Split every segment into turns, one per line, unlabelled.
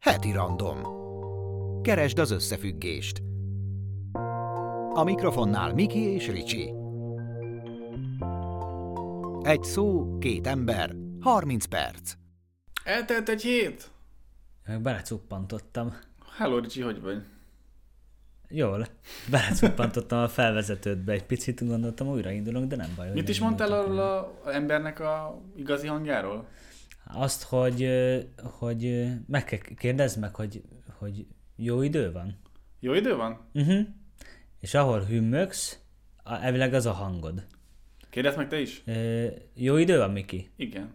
Heti random. Keresd az összefüggést. A mikrofonnál Miki és Ricsi. Egy szó, két ember, 30 perc.
Eltelt egy hét?
Meg Belecuppantottam.
Hello, Ricsi, hogy vagy?
Jól. Belecuppantottam a felvezetődbe egy picit, gondoltam újraindulunk, de nem baj. hogy
Mit is
nem
mondtál
indultunk
arról az embernek a igazi hangjáról?
el. Azt, hogy, ö, hogy ö, meg kell kérdezd meg, hogy, hogy jó idő van.
Jó idő van?
Uh-huh. És ahol hümmögsz, a- elvileg az a hangod.
Kérdezd meg te is?
Ö, jó idő van, Miki?
Igen.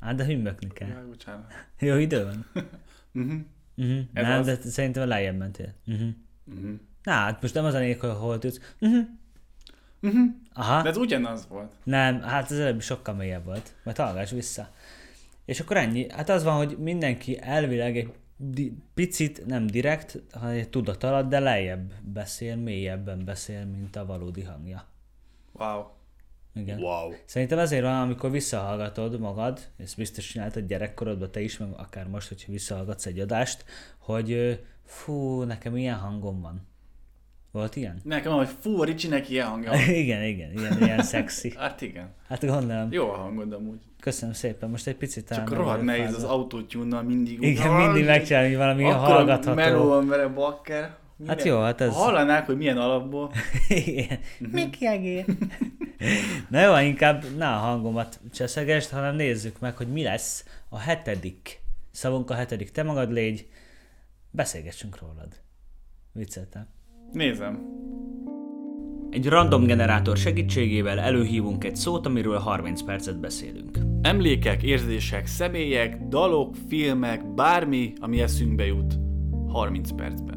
Á, de hümmögni kell.
Jaj, bocsánat.
Jó idő van?
Mhm.
Uh-huh.
Ez
Nem,
az.
de szerintem lejjebb mentél. Uh-huh.
Mhm.
Na, hát most nem az a lényeg, hogy hol tudsz. Uh-huh.
Mhm.
Aha.
De ez ugyanaz volt.
Nem, hát az előbb sokkal mélyebb volt. Majd hallgass vissza. És akkor ennyi. Hát az van, hogy mindenki elvileg egy di- picit, nem direkt, hanem egy tudat alatt, de lejjebb beszél, mélyebben beszél, mint a valódi hangja.
Wow.
Igen.
Wow.
Szerintem azért van, amikor visszahallgatod magad, ezt biztos csináltad gyerekkorodban te is, meg akár most, hogyha visszahallgatsz egy adást, hogy ö, fú, nekem ilyen hangom van. Volt ilyen?
Nekem van, hogy fú, a Ricsinek ilyen hangja van.
igen, igen, ilyen, ilyen szexi.
Hát igen.
Hát gondolom.
Jó a hangod amúgy.
Köszönöm szépen, most egy picit talán...
Csak
meg
rohadt
vagyok
nehéz
fáradt.
az autótyúnnal mindig úgy.
Igen, mindig megcsinálni hogy valami
Akkor
hallgatható.
meló van vele, bakker. Minden-
jó, hát ez-
Ha hallanák, hogy milyen alapból.
Igen.
Mhm.
Miki egér. Na jó, inkább ne a hangomat cseszegest, hanem nézzük meg, hogy mi lesz a hetedik. Szavunk a hetedik, te magad légy, beszélgessünk rólad. Vicceltem.
Nézem.
Egy random generátor segítségével előhívunk egy szót, amiről 30 percet beszélünk.
Emlékek, érzések, személyek, dalok, filmek, bármi, ami eszünkbe jut. 30 percben.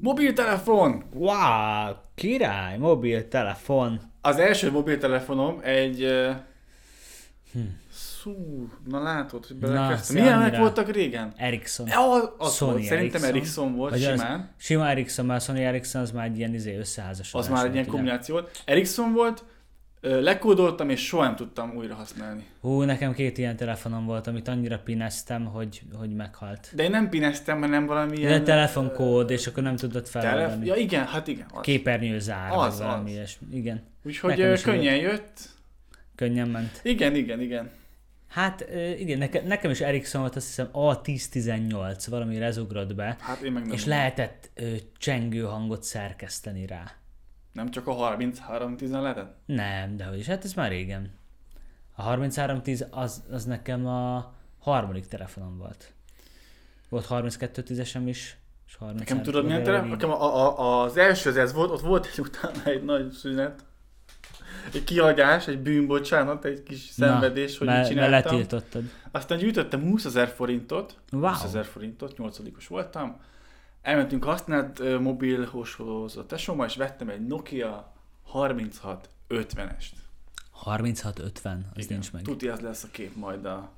Mobiltelefon!
Wow, király, mobiltelefon.
Az első mobiltelefonom egy... Uh... Szú, na látod, hogy belekezdtem.
Na,
Milyenek
Sandra.
voltak régen?
Ericsson.
E, a- az
Sony
volt, szerintem Ericsson volt
Vagy
simán.
Az, sima Ericsson, mert a Sony Ericsson az már egy ilyen izé összeházasodás.
Az már egy
volt,
ilyen
ugye?
kombináció volt. Ericsson volt, ö, lekódoltam és soha nem tudtam újra használni.
Hú, nekem két ilyen telefonom volt, amit annyira pineztem, hogy, hogy meghalt.
De én nem pineztem, hanem valami
Ilyen,
ilyen...
a telefonkód, és akkor nem tudod
telef...
feloldani.
Ja igen, hát igen. az.
Képernyőzár,
Az,
az,
az.
vagy valami ilyesmi. Igen,
Úgyhogy
Nekem
ö,
is
könnyen jött.
könnyen ment.
Igen, igen, igen.
Hát ö, igen, neke, nekem is Ericsson volt, azt hiszem A1018, valami rezugrott be,
Hát én meg nem.
és lehetett ö, csengő hangot szerkeszteni rá.
Nem csak a 33 10 lehetett?
Nem, de hogy is, hát ez már régen. A 3310 az, az nekem a harmadik telefonom volt. Volt 3210-esem is, és 33
Nekem tudod milyen terem? Nekem a, a, a, az első az ez volt, ott volt egy utána egy nagy szünet. Egy kiadás, egy bűnbocsánat, egy kis szenvedés, hogy mit csináltam.
letiltottad.
Aztán gyűjtöttem 20 ezer forintot,
Wow.
20 ezer forintot, nyolcadikos voltam. Elmentünk használt ö, mobilhoshoz a tesómmal, és vettem egy Nokia 3650-est.
3650, az nincs meg.
Tuti, az lesz a kép majd a,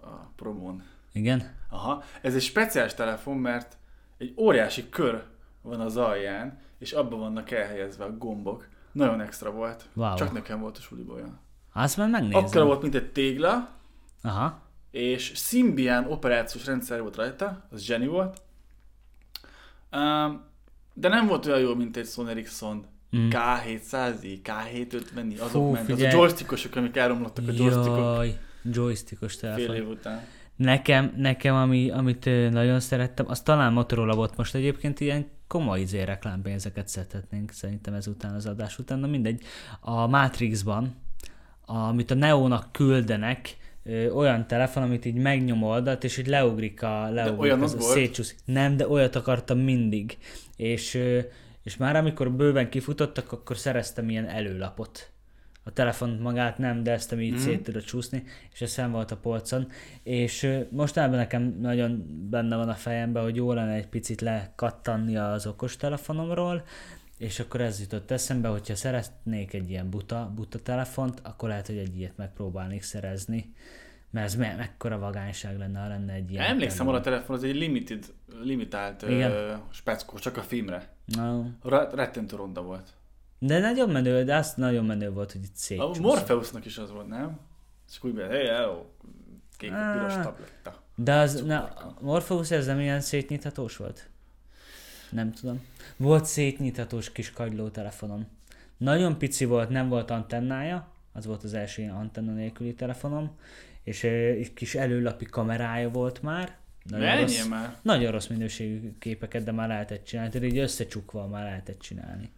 a promón.
Igen?
Aha, ez egy speciális telefon, mert egy óriási kör van az alján, és abban vannak elhelyezve a gombok. Nagyon extra volt.
Wow.
Csak nekem volt a suliba olyan.
Azt már megnézem.
Akkora volt, mint egy tégla,
Aha.
és Symbian operációs rendszer volt rajta, az zseni volt. Um, de nem volt olyan jó, mint egy Sony Ericsson mm. K700i, K750i, azok
Fú,
ment,
figyelj.
az a joystickosok, amik elromlottak a joystickok
Jaj, joystickos
fél
telefon.
év után.
Nekem, nekem ami, amit ö, nagyon szerettem, az talán Motorola volt most egyébként ilyen komoly izé reklámpénzeket szedhetnénk szerintem ezután az adás után, na mindegy. A Matrixban, amit a Neónak küldenek, ö, olyan telefon, amit így megnyomoldat, és így leugrik a... Leugrik
olyan az
a
volt?
szétcsúszik. Nem, de olyat akartam mindig. És, ö, és már amikor bőven kifutottak, akkor szereztem ilyen előlapot. A telefont magát nem, de ezt, ami így mm. szét tudod csúszni, és ez fenn volt a polcon. És ö, mostanában nekem nagyon benne van a fejemben, hogy jó lenne egy picit lekattanni az okostelefonomról, és akkor ez jutott eszembe, hogyha szeretnék egy ilyen buta, buta telefont, akkor lehet, hogy egy ilyet megpróbálnék szerezni. Mert ez me- mekkora vagányság lenne, ha lenne egy ilyen.
Emlékszem, arra a telefon az egy limited, limitált ö,
Igen.
speckó, csak a filmre.
No.
Ra- Rettentő ronda volt.
De nagyon menő, de azt nagyon menő volt, hogy itt szép. Ah.
A Morpheusnak is az volt, nem? És úgy be, hey, hello, kék, piros tabletta.
De az, na, Morpheus ez nem ilyen szétnyithatós volt? Nem tudom. Volt szétnyithatós kis kagyló telefonom. Nagyon pici volt, nem volt antennája, az volt az első ilyen antenna nélküli telefonom, és ö, egy kis előlapi kamerája volt már.
Menjél már.
Nagyon rossz minőségű képeket, de már lehetett csinálni, tehát így összecsukva már lehetett csinálni.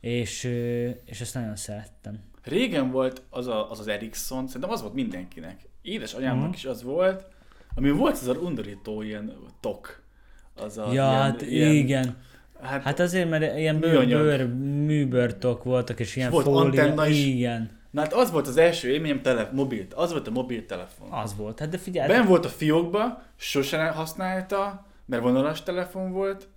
És, ö, és ezt nagyon szerettem.
Régen volt az a, az, az Ericsson, szerintem az volt mindenkinek. Édes anyámnak
Mhm.
is az volt, ami volt az a undorító ilyen tok. Az a,
Ja, hát igen.
Hát,
Hát azért, mert ilyen bőr,
Műanyag.
bőr, műbörtök voltak, és ilyen
volt antenna is.
Igen,
na, hát az volt az első élményem, tele, mobil, az volt a mobiltelefon.
az volt. Hát de figyelj,
Ben volt a fiókba, sose ne- használta, mert vonalas telefon volt,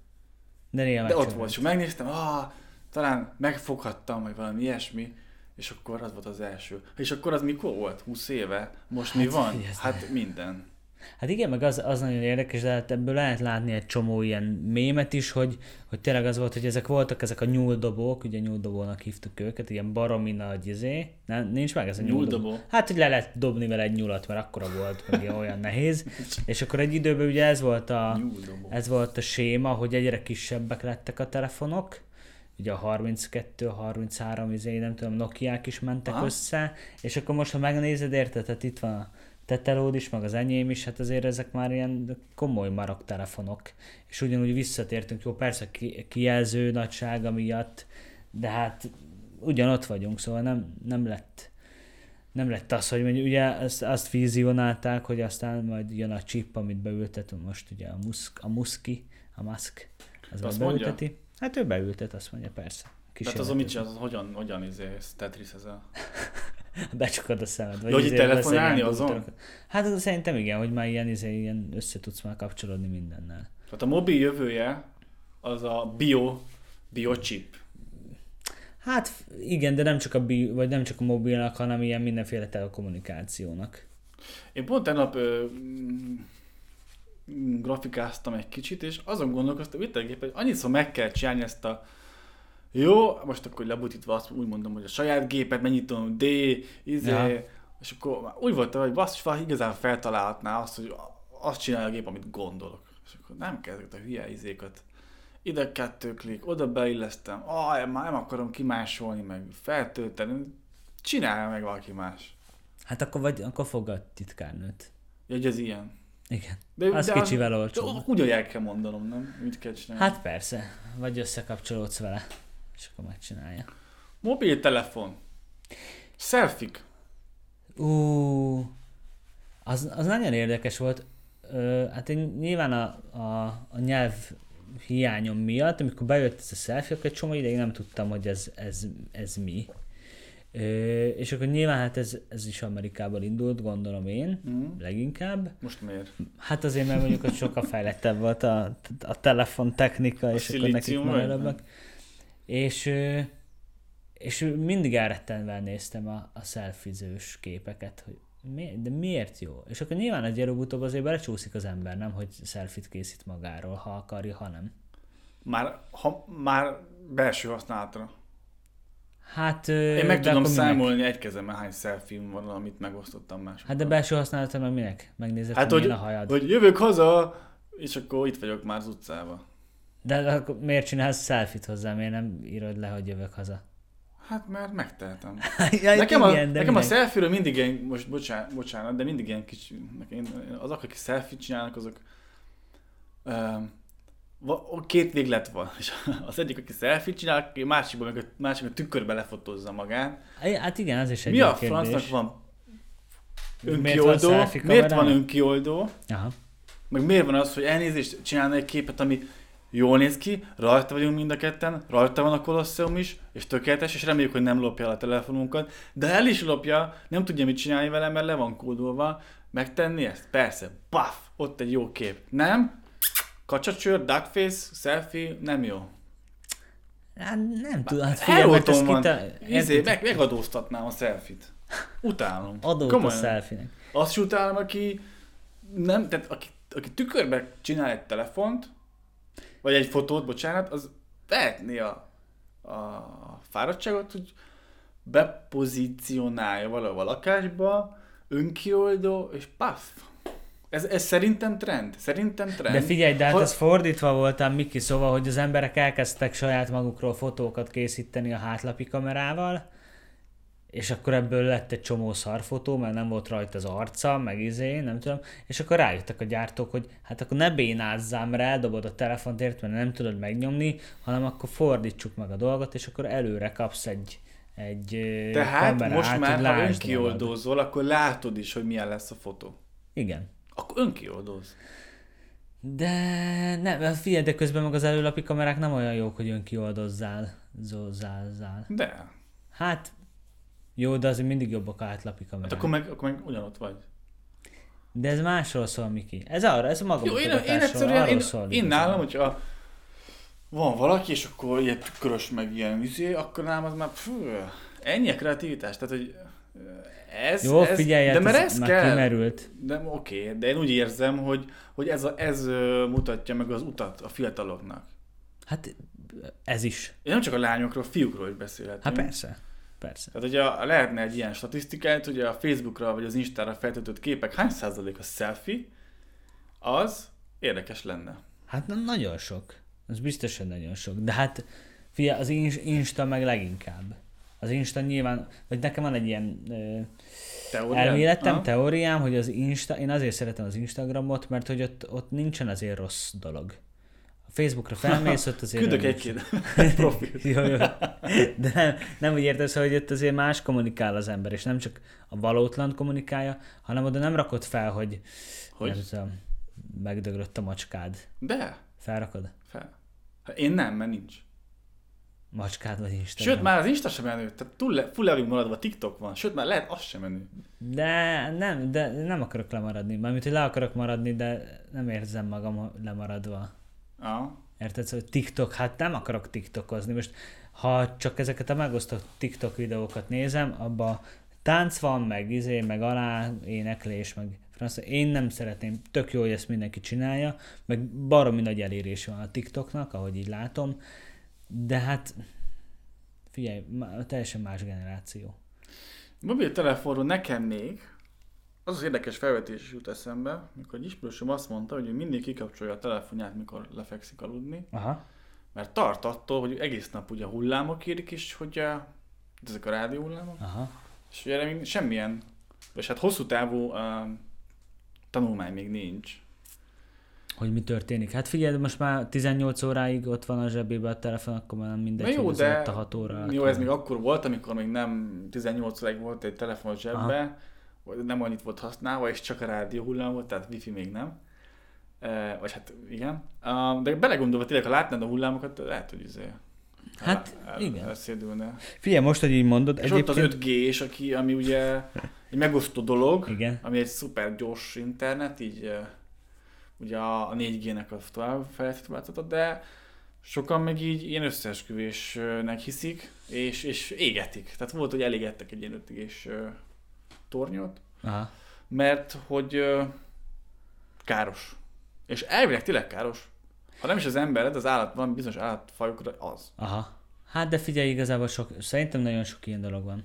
de néha
de ott
megcsináltam.
volt, és megnéztem, ah, talán megfoghattam, vagy valami ilyesmi, és akkor az volt az első. És akkor az mikor volt? 20 éve? Most mi van?
figyelj, ez
Hát minden.
Hát igen, meg az, az nagyon érdekes, de hát ebből lehet látni egy csomó ilyen mémet is, hogy, hogy tényleg az volt, hogy ezek voltak ezek a nyúldobók, ugye nyúldobónak hívtuk őket, ilyen baromi nagy izé, nem, nincs meg ez a nyúldobó.
Nyúldobó?
Hát, hogy le lehet dobni vele egy nyulat, mert akkora volt, meg ilyen olyan nehéz, és akkor egy időben ugye ez volt a,
Nyúldobó.
ez volt a séma, hogy egyre kisebbek lettek a telefonok, ugye a 32, 33, izé, nem tudom, Nokiák is mentek
Aha.
össze, és akkor most, ha megnézed, érted, tehát itt van a tetelód is, meg az enyém is, hát azért ezek már ilyen komoly marok telefonok. És ugyanúgy visszatértünk, jó, persze ki, kijelző nagysága miatt, de hát ugyanott vagyunk, szóval nem, nem lett nem lett az, hogy mondjuk, ugye azt, azt vizionálták, hogy aztán majd jön a chip, amit beültetünk most ugye a, musk, a muszki, a maszk, az
Azt
azt
mondja?
beülteti. Mondja. Hát ő beültet, azt mondja, persze.
Tehát azon mit
Kísérletező.
csinálsz, az hogyan, hogyan izé, Tetris ez a...
becsukod a szemed. Vagy
Ja, hogy
izé
így telefonálni
lesz egy ilyen
azon?
bútorok. Hát az szerintem igen, hogy már ilyen, izé, ilyen össze tudsz már kapcsolódni mindennel.
Tehát a mobil jövője az a bio, biochip.
Hát f- igen, de nem csak a, bi- vagy nem csak a mobilnak, hanem ilyen mindenféle telekommunikációnak.
Én pont tegnap ö, mm, mm, grafikáztam egy kicsit, és azon gondolkoztam, itt a hogy annyiszor meg kell csinálni ezt a jó, most akkor lebutítva azt úgy mondom, hogy a saját gépet megnyitom, D, izé,
Ja.
és akkor már úgy voltam, hogy basszus, valaki igazán feltalálhatná azt, hogy azt csinálja a gép, amit gondolok. És akkor nem kell ezeket a hülye izékat. Ide kettő klik, oda beillesztem, ah, már nem akarom kimásolni, meg feltölteni, csinálja meg valaki más.
Hát akkor, vagy, akkor fogad titkárnőt.
Egy ez ilyen.
Igen. az kicsivel olcsóbb.
De ugyan el kell mondanom, nem? Mit kell csinálni? Hát...
Hát persze, vagy összekapcsolódsz vele, és akkor megcsinálja.
Mobiltelefon. Selfik.
Ú, az, az nagyon érdekes volt. Ö, hát én nyilván a, a, a nyelv hiányom miatt, amikor bejött ez a selfie, akkor egy csomó ideig nem tudtam, hogy ez, ez, ez mi. Ö, és akkor nyilván hát ez, ez is Amerikából indult, gondolom én,
Mm.
leginkább.
Most miért?
Hát azért, mert mondjuk ott sokkal fejlettebb volt a, a telefon technika, és akkor nekik
szilícium vagy?
magabbak. És, ö, és mindig elrettenve néztem a, a szelfizős képeket, hogy mi, de miért jó? És akkor nyilván egy előbb-utóbb azért belecsúszik az ember, nem, hogy szelfit készít magáról, ha akarja, ha nem.
Már, ha, már belső használatra.
Hát, ö,
Én meg
de
tudom
akkor minek?
számolni egy kezemben hány selfie van, amit megosztottam másokkal.
Hát de belső használatom meg minek? Megnézed,
hát
hát, hogy
hogy,
milyen a hajad.
hogy jövök haza, és akkor itt vagyok már az utcában.
De akkor miért csinálsz selfit hozzá? Miért nem írod le, hogy jövök haza?
Hát mert megtehetem.
ja,
nekem a,
igen, de
nekem a
minek?
selfie mindig ilyen, most bocsánat, bocsánat, de mindig ilyen kicsi, nekem, azok, akik selfie csinálnak, azok um, két véglet van. És az egyik, aki selfie csinál, aki másikban, meg a, másik a tükörbe lefotózza magát.
Hát igen, az is egy
Mi a
jó kérdés.
francnak van
Miért van
önkioldó?
selfie
Miért van
kamerám?
önkioldó?
Aha.
Meg miért van az, hogy elnézést csinálni egy képet, ami jól néz ki, rajta vagyunk mind a ketten, rajta van a kolosszeum is, és tökéletes, és reméljük, hogy nem lopja el a telefonunkat, de el is lopja, nem tudja mit csinálni vele, mert le van kódolva, megtenni ezt? Persze, paf, ott egy jó kép. Nem? Kacsacsőr, duckface, selfie, nem jó.
Hát nem tudom, hát figyelj, mert ez
Eloltom van,
kita...
izé, meg, megadóztatnám a selfit. Utálom.
Adót a
Komolyan.
selfie
Azt is utálom, aki nem, tehát aki, aki tükörbe csinál egy telefont, vagy egy fotót, bocsánat, az vehetné a, a fáradtságot, hogy bepozícionálja valahol a lakásba, önkioldó, és paf, Ez, ez szerintem trend. Szerintem trend.
De figyelj, de hát
Hogy-
ez fordítva voltam, Miki, szóval, hogy az emberek elkezdtek saját magukról fotókat készíteni a hátlapi kamerával, és akkor ebből lett egy csomó szarfotó, mert nem volt rajta az arca, meg izé, nem tudom, és akkor rájöttek a gyártók, hogy hát akkor ne bénázzál, mert eldobod a telefont, ért, mert nem tudod megnyomni, hanem akkor fordítsuk meg a dolgot, és akkor előre kapsz egy egy ö,
Tehát
kamerát,
most
hát, hogy
már, ha
lásd magad.
önkioldózol, akkor látod is, hogy milyen lesz a fotó.
Igen.
Akkor önkioldóz.
De nem, hát figyelj, de közben meg az előlapi kamerák nem olyan jók, hogy önkioldozzál, zózzál.
De.
Hát, jó, de azért mindig jobbak a átlapi kamerák.
Hát akkor meg, akkor meg ugyanott vagy.
De ez másról szól, Miki. Ez arra, ez a maga
Jó, én, én egyszerűen,
arról
én,
szól.
én
igazán.
nálam, hogyha van valaki, és akkor ilyen körös meg ilyen izé, akkor nálam az már fú, ennyi a kreativitás. Tehát, hogy eh, ez,
Jó,
ez,
figyelj,
de
hát
mert
ez
ez
már
kell.
kimerült.
De oké, de én úgy érzem, hogy, hogy ez, a, ez ö, mutatja meg az utat a fiataloknak.
Hát ez is.
Én nem csak a lányokról, a fiúkról is beszélhetünk.
Hát persze. Persze.
Tehát, hogyha lehetne egy ilyen statisztikát, hogy a Facebookra vagy az Instára feltöltött képek hány százalék a selfie, az érdekes lenne.
Hát na, nagyon sok. Az biztosan nagyon sok. De hát figyelj, az ins- Insta meg leginkább. Az Insta nyilván, vagy nekem van egy ilyen ö,
Teóriád?
Elméletem,
Aha.
teóriám, hogy az Insta, én azért szeretem az Instagramot, mert hogy ott, ott nincsen azért rossz dolog. A Facebookra felmész, ott azért...
Küldök
nem-
egy-két profilt.
jó, jó. De nem, nem úgy értesz, hogy ott azért más kommunikál az ember, és nem csak a valótlan kommunikálja, hanem oda nem rakod fel, hogy,
Hogy?
nem tudom, megdöglött a macskád.
De,
Felrakod?
fel. Hát Én nem, mert nincs.
Macskád vagy Instagram.
Sőt, már az Insta sem menő, tehát túl le, full le vagyunk maradva, TikTok van, sőt, már lehet az sem menő.
De nem, de nem akarok lemaradni. Mármint, hogy le akarok maradni, de nem érzem magam lemaradva.
Ja.
Érted? Szóval TikTok, hát nem akarok TikTokozni. Most ha csak ezeket a megosztott TikTok videókat nézem, abba tánc van, meg izé, meg alá éneklés, meg franc. Én nem szeretném, tök jó, hogy ezt mindenki csinálja, meg baromi nagy elérés van a TikToknak, ahogy így látom, de hát figyelj, má- teljesen más generáció.
Mobiltelefonról nekem még az az érdekes felvetés jut eszembe, mikor egy ismerősöm azt mondta, hogy ő mindig kikapcsolja a telefonját, mikor lefekszik aludni,
Aha.
mert tart attól, hogy egész nap ugye hullámok érik, és hogy a, ezek a rádió hullámok,
Aha.
és ugye erre még semmilyen, és hát hosszú távú um, tanulmány még nincs.
Hogy mi történik. Hát figyelj, most már 18 óráig ott van a zsebébe a telefon, akkor már nem mindegy,
Na jó,
hogy ez
de
alatt a 6 óra alatt
jó, ez
van.
még akkor volt, amikor még nem 18 óráig volt egy telefon a zsebbe, vagy nem annyit volt használva, és csak a rádió hullám volt, tehát wifi még nem. E, vagy hát igen. Um, de belegondolva tényleg, ha látnád a hullámokat, lehet, hogy izé,
Hát,
el, el,
igen.
Elszédülne.
Figyelj, most, hogy így mondod,
És ott az 5G és aki, ami ugye egy megosztó dolog,
Igen.
ami egy szuper gyors internet, így eh, ugye a a 4G-nek a továbbfejlesztett változata, de sokan meg így ilyen összeesküvésnek hiszik, és, és égetik. Tehát volt, hogy elégettek egy ilyen 5 g tornyot,
Aha.
mert hogy eh, káros. És elvileg tényleg káros. Ha nem is az embered, az állat van, bizonyos állatfajokra az.
Aha. Hát de figyelj, igazából sok, szerintem nagyon sok ilyen dolog van.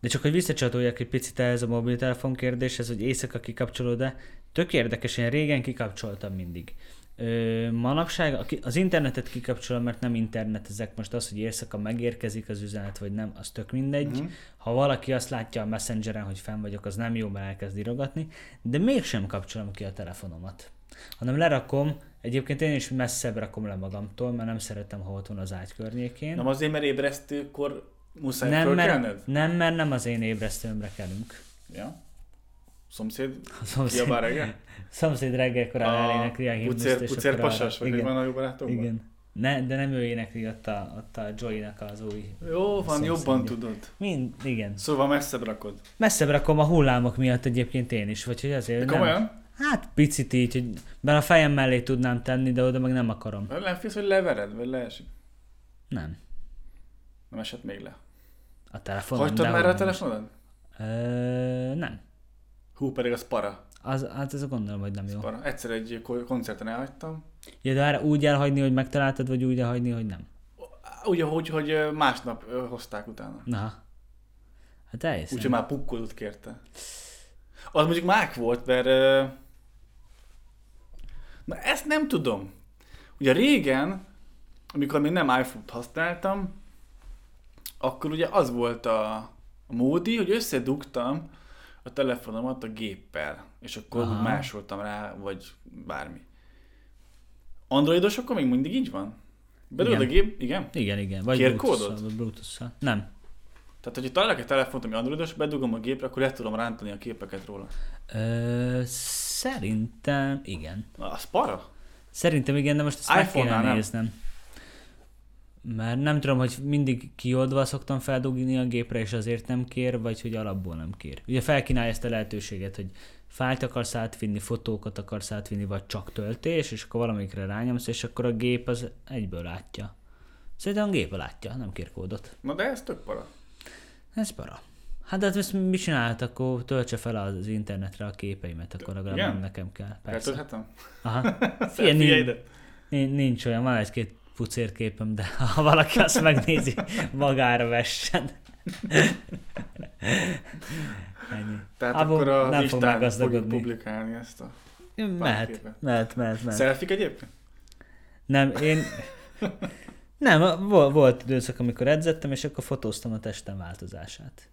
De csak hogy visszacsatoljak egy picit ehhez a mobiltelefon kérdéshez, hogy éjszaka kikapcsolod-e, tök érdekes, én régen kikapcsoltam mindig. Ö, manapság aki- az internetet kikapcsolom, mert nem internetezek most az, hogy éjszaka megérkezik az üzenet, vagy nem, az tök mindegy.
Mhm.
Mm-hmm. Ha valaki azt látja a messengeren, hogy fenn vagyok, az nem jó, mert elkezd írogatni, de mégsem kapcsolom ki a telefonomat. Hanem lerakom, egyébként én is messzebb rakom le magamtól, mert nem szeretem, ha ott van az ágy környékén.
Nem azért, mert ébresztőkor muszáj
Nem mert,
fölkelned?
nem, mert nem az én ébresztőmre kelünk.
Ja. Szomszéd
A szomszéd,
kiabál reggel?
szomszéd reggelkorán
A
elénekli a himnuszt,
Pucér,
és
pucér
akkor arra-
pasas, vagy
igen,
igen. van a jó barátokban?
igen. Ne, de nem ő énekli, ott a, ott a Joey-nak az új...
Jó, van,
Szomszédja.
jobban tudod.
Mind, igen.
Szóval messzebb rakod.
Messzebb rakom a hullámok miatt egyébként én is, vagy hogy azért
De
nem.
komolyan?
Hát picit így, hogy bár a fejem mellé tudnám tenni, de oda meg nem akarom.
Nem félsz, hogy levered, vagy leesik.
Nem.
Nem esett még le.
A telefonon.
Hagytad
de
már
hogy
a
nem.
telefonod?
Ö, nem.
Hú, pedig az para.
Az, hát ez gondolom, hogy nem jó.
para. Egyszer egy ko- koncerten elhagytam.
Ja, de arra úgy elhagyni, hogy megtaláltad, vagy úgy elhagyni, hogy nem.
Úgy, ahogy, hogy ö, másnap ö, hozták utána.
Na. Hát elhiszem.
Úgyhogy már pukkolót kérte. Az mondjuk mák volt, mert ö, Na ezt nem tudom. Ugye régen, amikor még nem iPhone-t használtam, akkor ugye az volt a, a módi, hogy összedugtam a telefonomat a géppel, és akkor
Aha.
Aha. másoltam rá, vagy bármi. Androidos akkor még mindig így van? Bedugod a
Igen.
gép, igen?
Igen, igen. Vagy
Kér
Bluetooth-szal,
kódot?
vagy Bluetooth-szal. Nem.
Tehát, hogyha találok egy telefont, ami androidos, bedugom a gépre, akkor le tudom rántani a képeket róla.
Ö, szerintem igen.
Na, az para?
Szerintem igen, de most ezt meg
iPhone-nál
kéne
nem.
néznem. Mert nem tudom, hogy mindig kioldva szoktam feldugni a gépre, és azért nem kér, vagy hogy alapból nem kér. Ugye felkínálja ezt a lehetőséget, hogy fájlt akarsz átvinni, fotókat akarsz átvinni, vagy csak töltés, és akkor valamikre rányomsz, és akkor a gép az egyből látja. Szerintem a gép látja, nem kér kódot.
Na de ez tök para.
Ez para. Hát de hát ezt mi csinálhat, akkor töltse fel az internetre a képeimet, akkor legalább
igen?
nem nekem kell. Persze.
Letölthetem?
Aha. Ilyen
Figyelj
nincs,
ide.
nincs olyan, van egy-két pucérképem, de ha valaki azt megnézi, magára vessen. Ennyi.
Tehát
Abba
akkor a nem
nem fog
Instán fogjuk
meggazdagodni.
publikálni ezt a...
Mehet,
képet.
mehet, mehet, mehet.
Selfik egyébként?
Nem, én... Nem, vo- volt időszak, amikor edzettem, és akkor fotóztam a testem változását.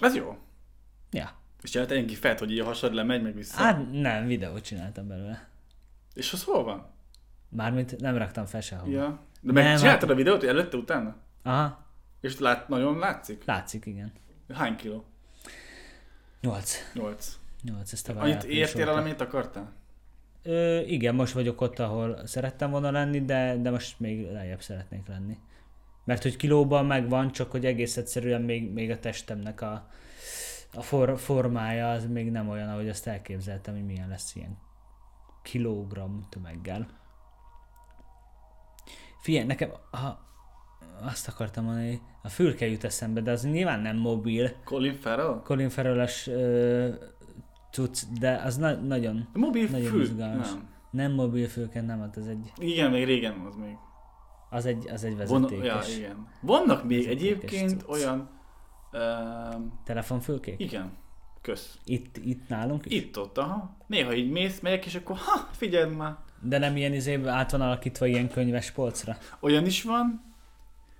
Ez jó.
Ja.
És csináltál ilyen gifet, hogy így a hasad lemegy, meg vissza.
Hát nem, videót csináltam belőle.
És az hol van?
Mármint nem raktam fel sehova.
Ja. De meg
Nem, hát-
nem, csináltad a videót, hogy előtte, utána?
Aha,
És lát, nagyon látszik?
látszik, igen.
Hány kiló?
Nyolc.
Nyolc.
Nyolc, ezt tavaly
Annyit
április
értél el,
óta.
amit akartál?
Ö, igen, most vagyok ott, ahol szerettem volna lenni, de, de most még lejjebb szeretnék lenni. Mert hogy kilóban megvan, csak hogy egész egyszerűen még, még a testemnek a, a for, formája az még nem olyan, ahogy azt elképzeltem, hogy milyen lesz ilyen kilogram tömeggel. Figyelj, nekem ha, azt akartam mondani, a fülke jut eszembe, de az nyilván nem mobil,
Colin Farrell?
Colin Farrell-es ö, cucc, de az na- nagyon,
A mobil
nagyon
fül?
izgalmas.
Nem.
Nem mobil fülként, nem, hát az egy,
Igen, még régen az még.
az egy, az egy
Von-
vezetékes
ja, igen. Vannak még
Vezetékes
egyébként
cucc.
olyan... Um,
telefonfülkék.
igen. Kösz.
Itt, itt nálunk is.
Itt-ott, aha. Néha így mész, megyek, és akkor ha, figyeld már.
De nem ilyen izébe át van alakítva ilyen könyves polcra.
Olyan is van,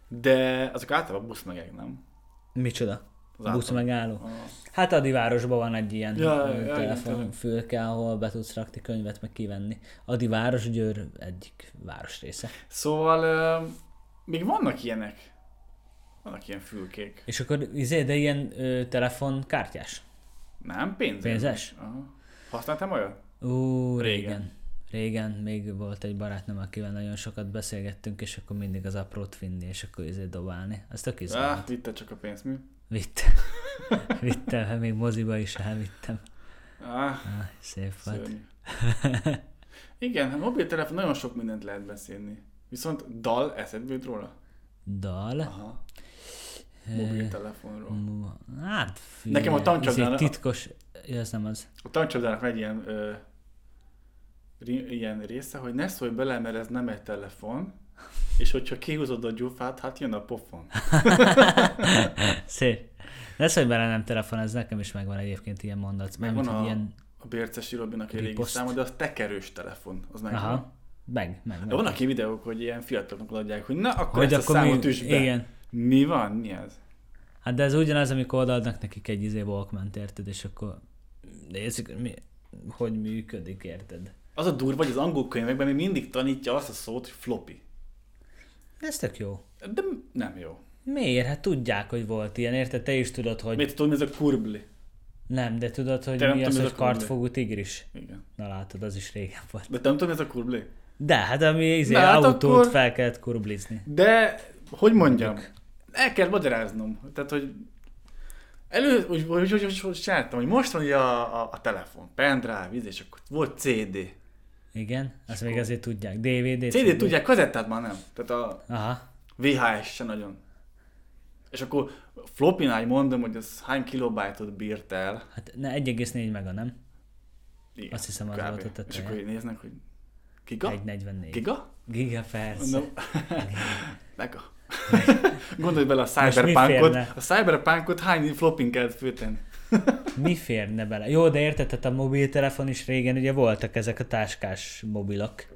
de azok általában buszmegek, nem?
Micsoda?
Az
Busz
általában.
megálló.
Ah.
Hát Adi városban van egy ilyen
Ja,
ö,
ja, igen,
telefonfülke, ahol be tudsz rakni könyvet, meg kivenni. Adi város Győr egyik városrésze.
Szóval uh, még vannak ilyenek. Vannak ilyen fülkék.
És akkor izé, de ilyen ö, telefonkártyás.
Nem? Pénzes.
Pénzes?
Aha. Használtam olyat?
Ú, régen.
Régen.
régen. Régen még volt egy barátnőm, akivel nagyon sokat beszélgettünk, és akkor mindig az aprót vinni, és akkor ezért dobálni. Ez tök izgalmas.
Ah, vitte csak a pénzmű.
Vittem. Vittem, hát még moziba is elvittem.
Ah,
Ah, szép volt.
szörnyű. Igen, a mobiltelefon nagyon sok mindent lehet beszélni. Viszont dal eszedbe jut róla?
Dal.
Aha. Mobiltelefonról.
Mu- Hát, fű,
Nekem a tancsapdán-
izé, titkos, ja, ez nem az.
A tancsapdának van egy ilyen, ö, ri- ilyen része, hogy ne szólj bele, mert ez nem egy telefon, és hogyha kihúzod a gyufát, hát jön a pofon.
Szép. De szólj bele, nem telefon, ez nekem is megvan egyébként ilyen mondat. Megvan
Megvan
a...
a-
ilyen,
A Bércesi Robinak egy régi
Riposzt.
száma, de az tekerős telefon, az meg. Aha.
aha, meg, meg,
De
meg.
vannak ilyen videók, hogy ilyen fiataloknak adják, hogy na, akkor hogy ezt akkor a
mi-
számot mi... üsd be. Igen.
Igen.
Mi van? Mi ez?
Hát de ez ugyanaz, amikor odaadnak nekik egy izé walkman érted, és akkor nézzük, mi, hogy működik, érted?
Az a durva, hogy az angol könyvekben még mindig tanítja azt a szót, hogy floppy.
De ez tök jó.
De m- nem jó.
Miért? Hát tudják, hogy volt ilyen, érted? Te is tudod, hogy...
Miért tudod, mi ez a kurbli?
Nem, de tudod, hogy
Te nem
mi az,
tudom, ez
hogy
a kurva.
kartfogú tigris?
Igen.
Na látod, az is régen volt.
De te nem tudod, mi ez a kurbli?
De hát ami izé,
Na, hát
autót
akkor-
fel kellett kurblizni.
De, hogy mondjam, el kell magyaráznom. Tehát, hogy elő, úgy, úgy, úgy, úgy, úgy csináltam, hogy most van ugye a, a, a telefon, pendrive, íz, és akkor volt CD.
Igen? Azt még azért tudják. DVD,
CD-t tudják, kazettát már nem. Tehát a
Aha.
VHS se nagyon. És akkor flopinál mondom, hogy ez hány kilobájtot bírt el.
Hát ne, 1,4 mega, nem?
Igen,
Azt hiszem, az
kb.
volt a teteje.
És akkor így néznek, hogy giga?
1,44.
Giga?
Giga, persze.
Mondom, mega. Gondolj bele a
mi
cyberpunkot.
férne?
A cyberpunkot hány flopping kellett főteni?
Mi férne bele? Jó, de érted, tehát a mobiltelefon is régen ugye voltak ezek a táskás mobilok.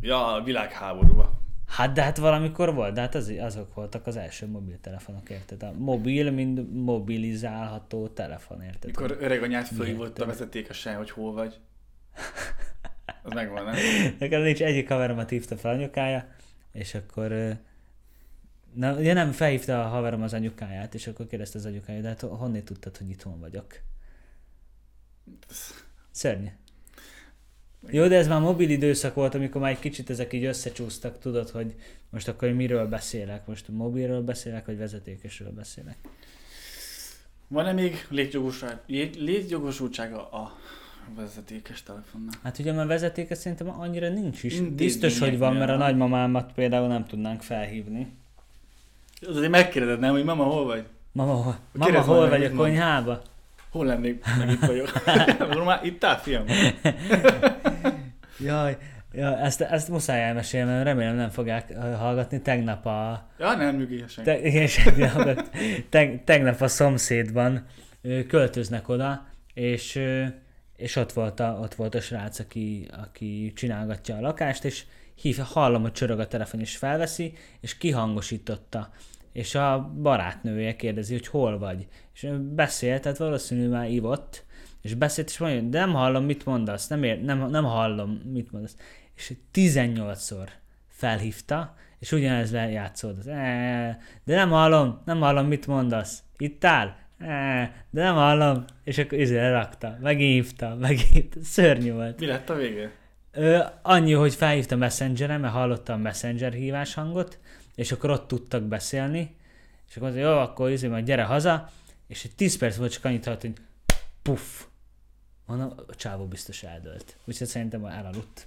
Ja, a világháborúba.
Hát de hát valamikor volt, de hát az, azok voltak az első mobiltelefonok, érted? A mobil, mind mobilizálható telefon, érted?
Mikor öreg anyát fölhívott a vezetékesen, hogy hol vagy. Az megvan, nem?
Nekem nincs egyik haveromat hívta fel anyukája, és akkor... ö, Na, ugye nem, felhívta a haverom az anyukáját, és akkor kérdezte az anyukája, de hát honnan tudtad, hogy itthon vagyok? Szörnyű. Jó, de ez már mobil időszak volt, amikor már egy kicsit ezek így összecsúsztak, tudod, hogy most akkor miről beszélek, most mobilról beszélek, vagy vezetékesről beszélek.
Van-e még létjogosultság, jé- létjogosultsága a vezetékes telefonnál?
Hát ugye már vezetéke szerintem annyira nincs is.
Intézményeknél
Biztos, hogy van, mert a
van.
nagymamámat például nem tudnánk felhívni.
Az azért megkérdezed, nem, hogy mama, hol vagy?
Mama, hol, mama,
Kérdezd
hol
már,
vagy
mit
a
mond.
konyhába?
Hol lennék, meg itt vagyok. Mondom, már itt áll, fiam?
Jaj, ja, ezt, ezt muszáj elmesélni, mert remélem nem fogják ö, hallgatni. Tegnap a,
Ja, nem, nyugodj, senki.
Te, igen, senki nem hallgat. Teg, tegnap a szomszédban ö, költöznek oda, és, ö, és ott, volt a, ott volt a srác, aki, aki csinálgatja a lakást, és hív, hallom, hogy csörög a telefon, és felveszi, és kihangosította. És a barátnője kérdezi, hogy hol vagy. És ő beszélt, tehát valószínű már ivott, és beszélt, és mondja, de nem hallom, mit mondasz, nem, ér, nem, nem hallom, mit mondasz. És 18-szor felhívta, és ugyanez lejátszódott. Eee, De nem hallom, nem hallom, mit mondasz. Itt áll? Eee, De nem hallom. És akkor izé lerakta, meghívta, meghívta. Szörnyű volt.
Mi lett a végén?
Ö, annyi, hogy felhívta Messengeren, mert hallotta a Messenger hívás hangot, és akkor ott tudtak beszélni, és akkor mondta, jó, akkor izé, majd gyere haza, és egy 10 perc volt csak annyit hallott, hogy puff. Mondom, a csávó biztos eldölt. Úgyhogy szerintem elaludt.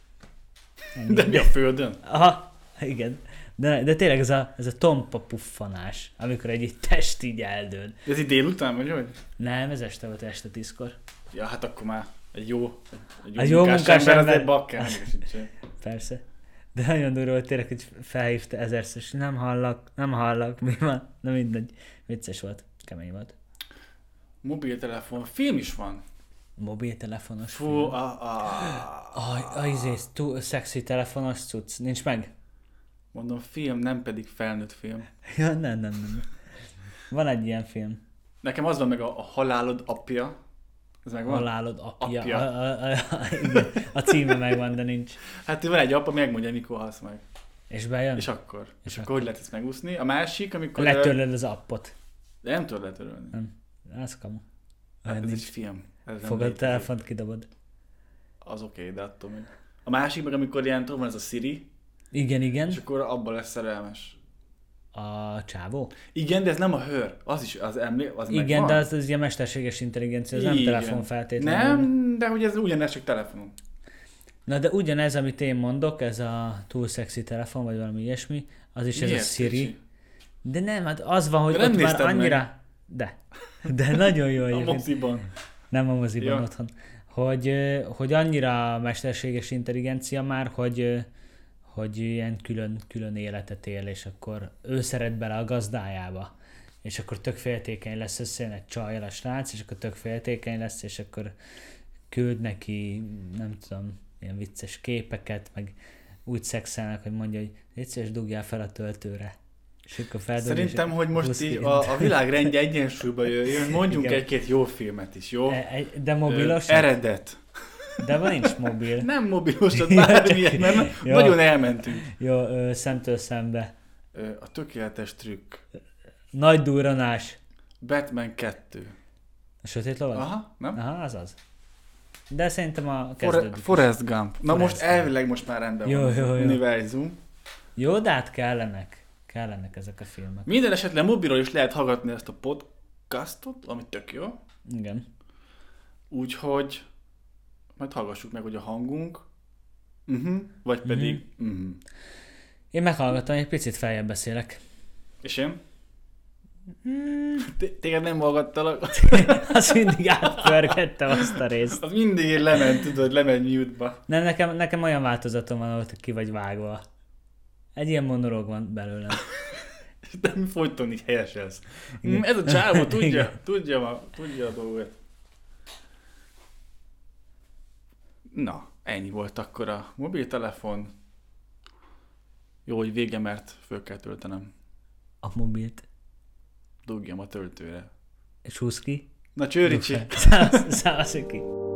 Ennyi.
De mi a földön?
Aha, igen. De, de tényleg ez a, ez a tompa puffanás, amikor egy így test így eldől.
Ez itt délután, vagy hogy?
Nem, ez este volt este tízkor.
Ja, hát akkor már egy jó, egy jó,
A jó
munkás,
munkás
ember,
ember-
az egy bakker. sincsen.
Persze. De nagyon durva, hogy tényleg, hogy felhívta ezerszer, és nem hallak, nem hallak, mi van? Na mindegy, vicces volt, kemény volt.
Mobiltelefon, film is van.
Mobiltelefonos.
Fú,
film.
a, a...
Aj, aj, izé, túl szexi telefonos cucc, nincs meg?
Mondom, film, nem pedig felnőtt film.
Ja, nem, nem, nem. Van egy ilyen film.
Nekem az van meg a, a halálod apja. Ez megvan?
Halálod apja.
Apja.
apja. A, a, a, a, igen, a címe megvan, de nincs.
Hát van egy apa, megmondja, mikor halsz meg.
És bejön?
És akkor. És,
És
akkor,
akkor.
hogy lehet ezt megúszni? A másik, amikor...
Letörlöd az appot.
De nem tudod letörölni.
Nem. Az kamu.
Hát
Olyan
ez
nincs.
egy film. Ez nem
Fogod a
létezik.
telefont, kidobod.
Az oké, okay, de attól még. A másik meg, amikor ilyen, tudom, van ez a Siri,
Igen, igen.
és akkor abban lesz szerelmes.
A csávó?
Igen, de ez nem a hör. Az is, az emlé... Az
Igen,
megvan.
de az, az ilyen mesterséges intelligencia, az nem
Igen.
telefon feltétlenül.
Nem, de hogy ez ugyanez csak telefonon.
Na de ugyanez, amit én mondok, ez a túl szexi telefon, vagy valami ilyesmi, az is ez
Miért,
a Siri.
Kicsi?
De nem, hát az van, hogy
De nem
ott már
nézted meg.
annyira... De. De nagyon jó
A
egyébként.
moziban.
Nem a moziban
Ja.
otthon. Hogy, ö, hogy annyira mesterséges intelligencia már, hogy, ö, hogy ilyen külön, külön életet él, és akkor ő szeret bele a gazdájába. És akkor tök féltékeny lesz összejön egy csajjal a srác, és akkor tök féltékeny lesz, és akkor küld neki, nem tudom, ilyen vicces képeket, meg úgy szexelnek, hogy mondja, hogy légy szíves, dugjál fel a töltőre. És akkor feldobja, és
Szerintem, hogy most
húsz
így
ilyen.
a, a világ rendje egyensúlyba jöjjön, mondjunk
Igen.
egy-két jó filmet is, jó?
E- e- De
Ö,
mobilos?
Eredet.
De van nincs mobil.
Nem mobilos, tehát bármilyen, nem?
Ja.
Nagyon elmentünk.
Jó, ö, szemtől szembe.
Ö, A tökéletes trükk.
Nagy durranás.
Batman 2.
A sötét lovad? Aha.
Aha, nem?
Aha, az az. De szerintem a
For-
kezdődik.
Forrest Gump. Na
Forrest
most
Gump.
elvileg most már rendben
Jó,
van az
jó, jó.
univerzum.
Jó, de hát kellenek. Kellenek ezek a filmek.
Minden esetre mobilról is lehet hallgatni ezt a podcastot, ami tök jó.
Igen.
Úgyhogy majd hallgassuk meg, hogy a hangunk, uh-huh, vagy pedig, uh-huh. Uh-huh.
Én meghallgattam, egy picit feljebb beszélek.
és én? Té- Téged nem hallgattalak?
Azt mindig átpörgettem azt a részt.
Az mindig én lement, tudod, lement mute-ba.
Nem, nekem, nekem olyan változatom van, ahol ki vagy vágva. Egy ilyen monológ van belőlem.
És te folyton így helyeselsz. Mm, ez a csávó tudja,
Igen.
tudja, ma, tudja a dolgot. Na, ennyi volt akkor a mobiltelefon. Jó, hogy vége, mert föl kell töltenem.
a mobilt,
Dugjam a töltőre.
és húz ki.
Na csőricsi!
Szállsz, szállsz ki.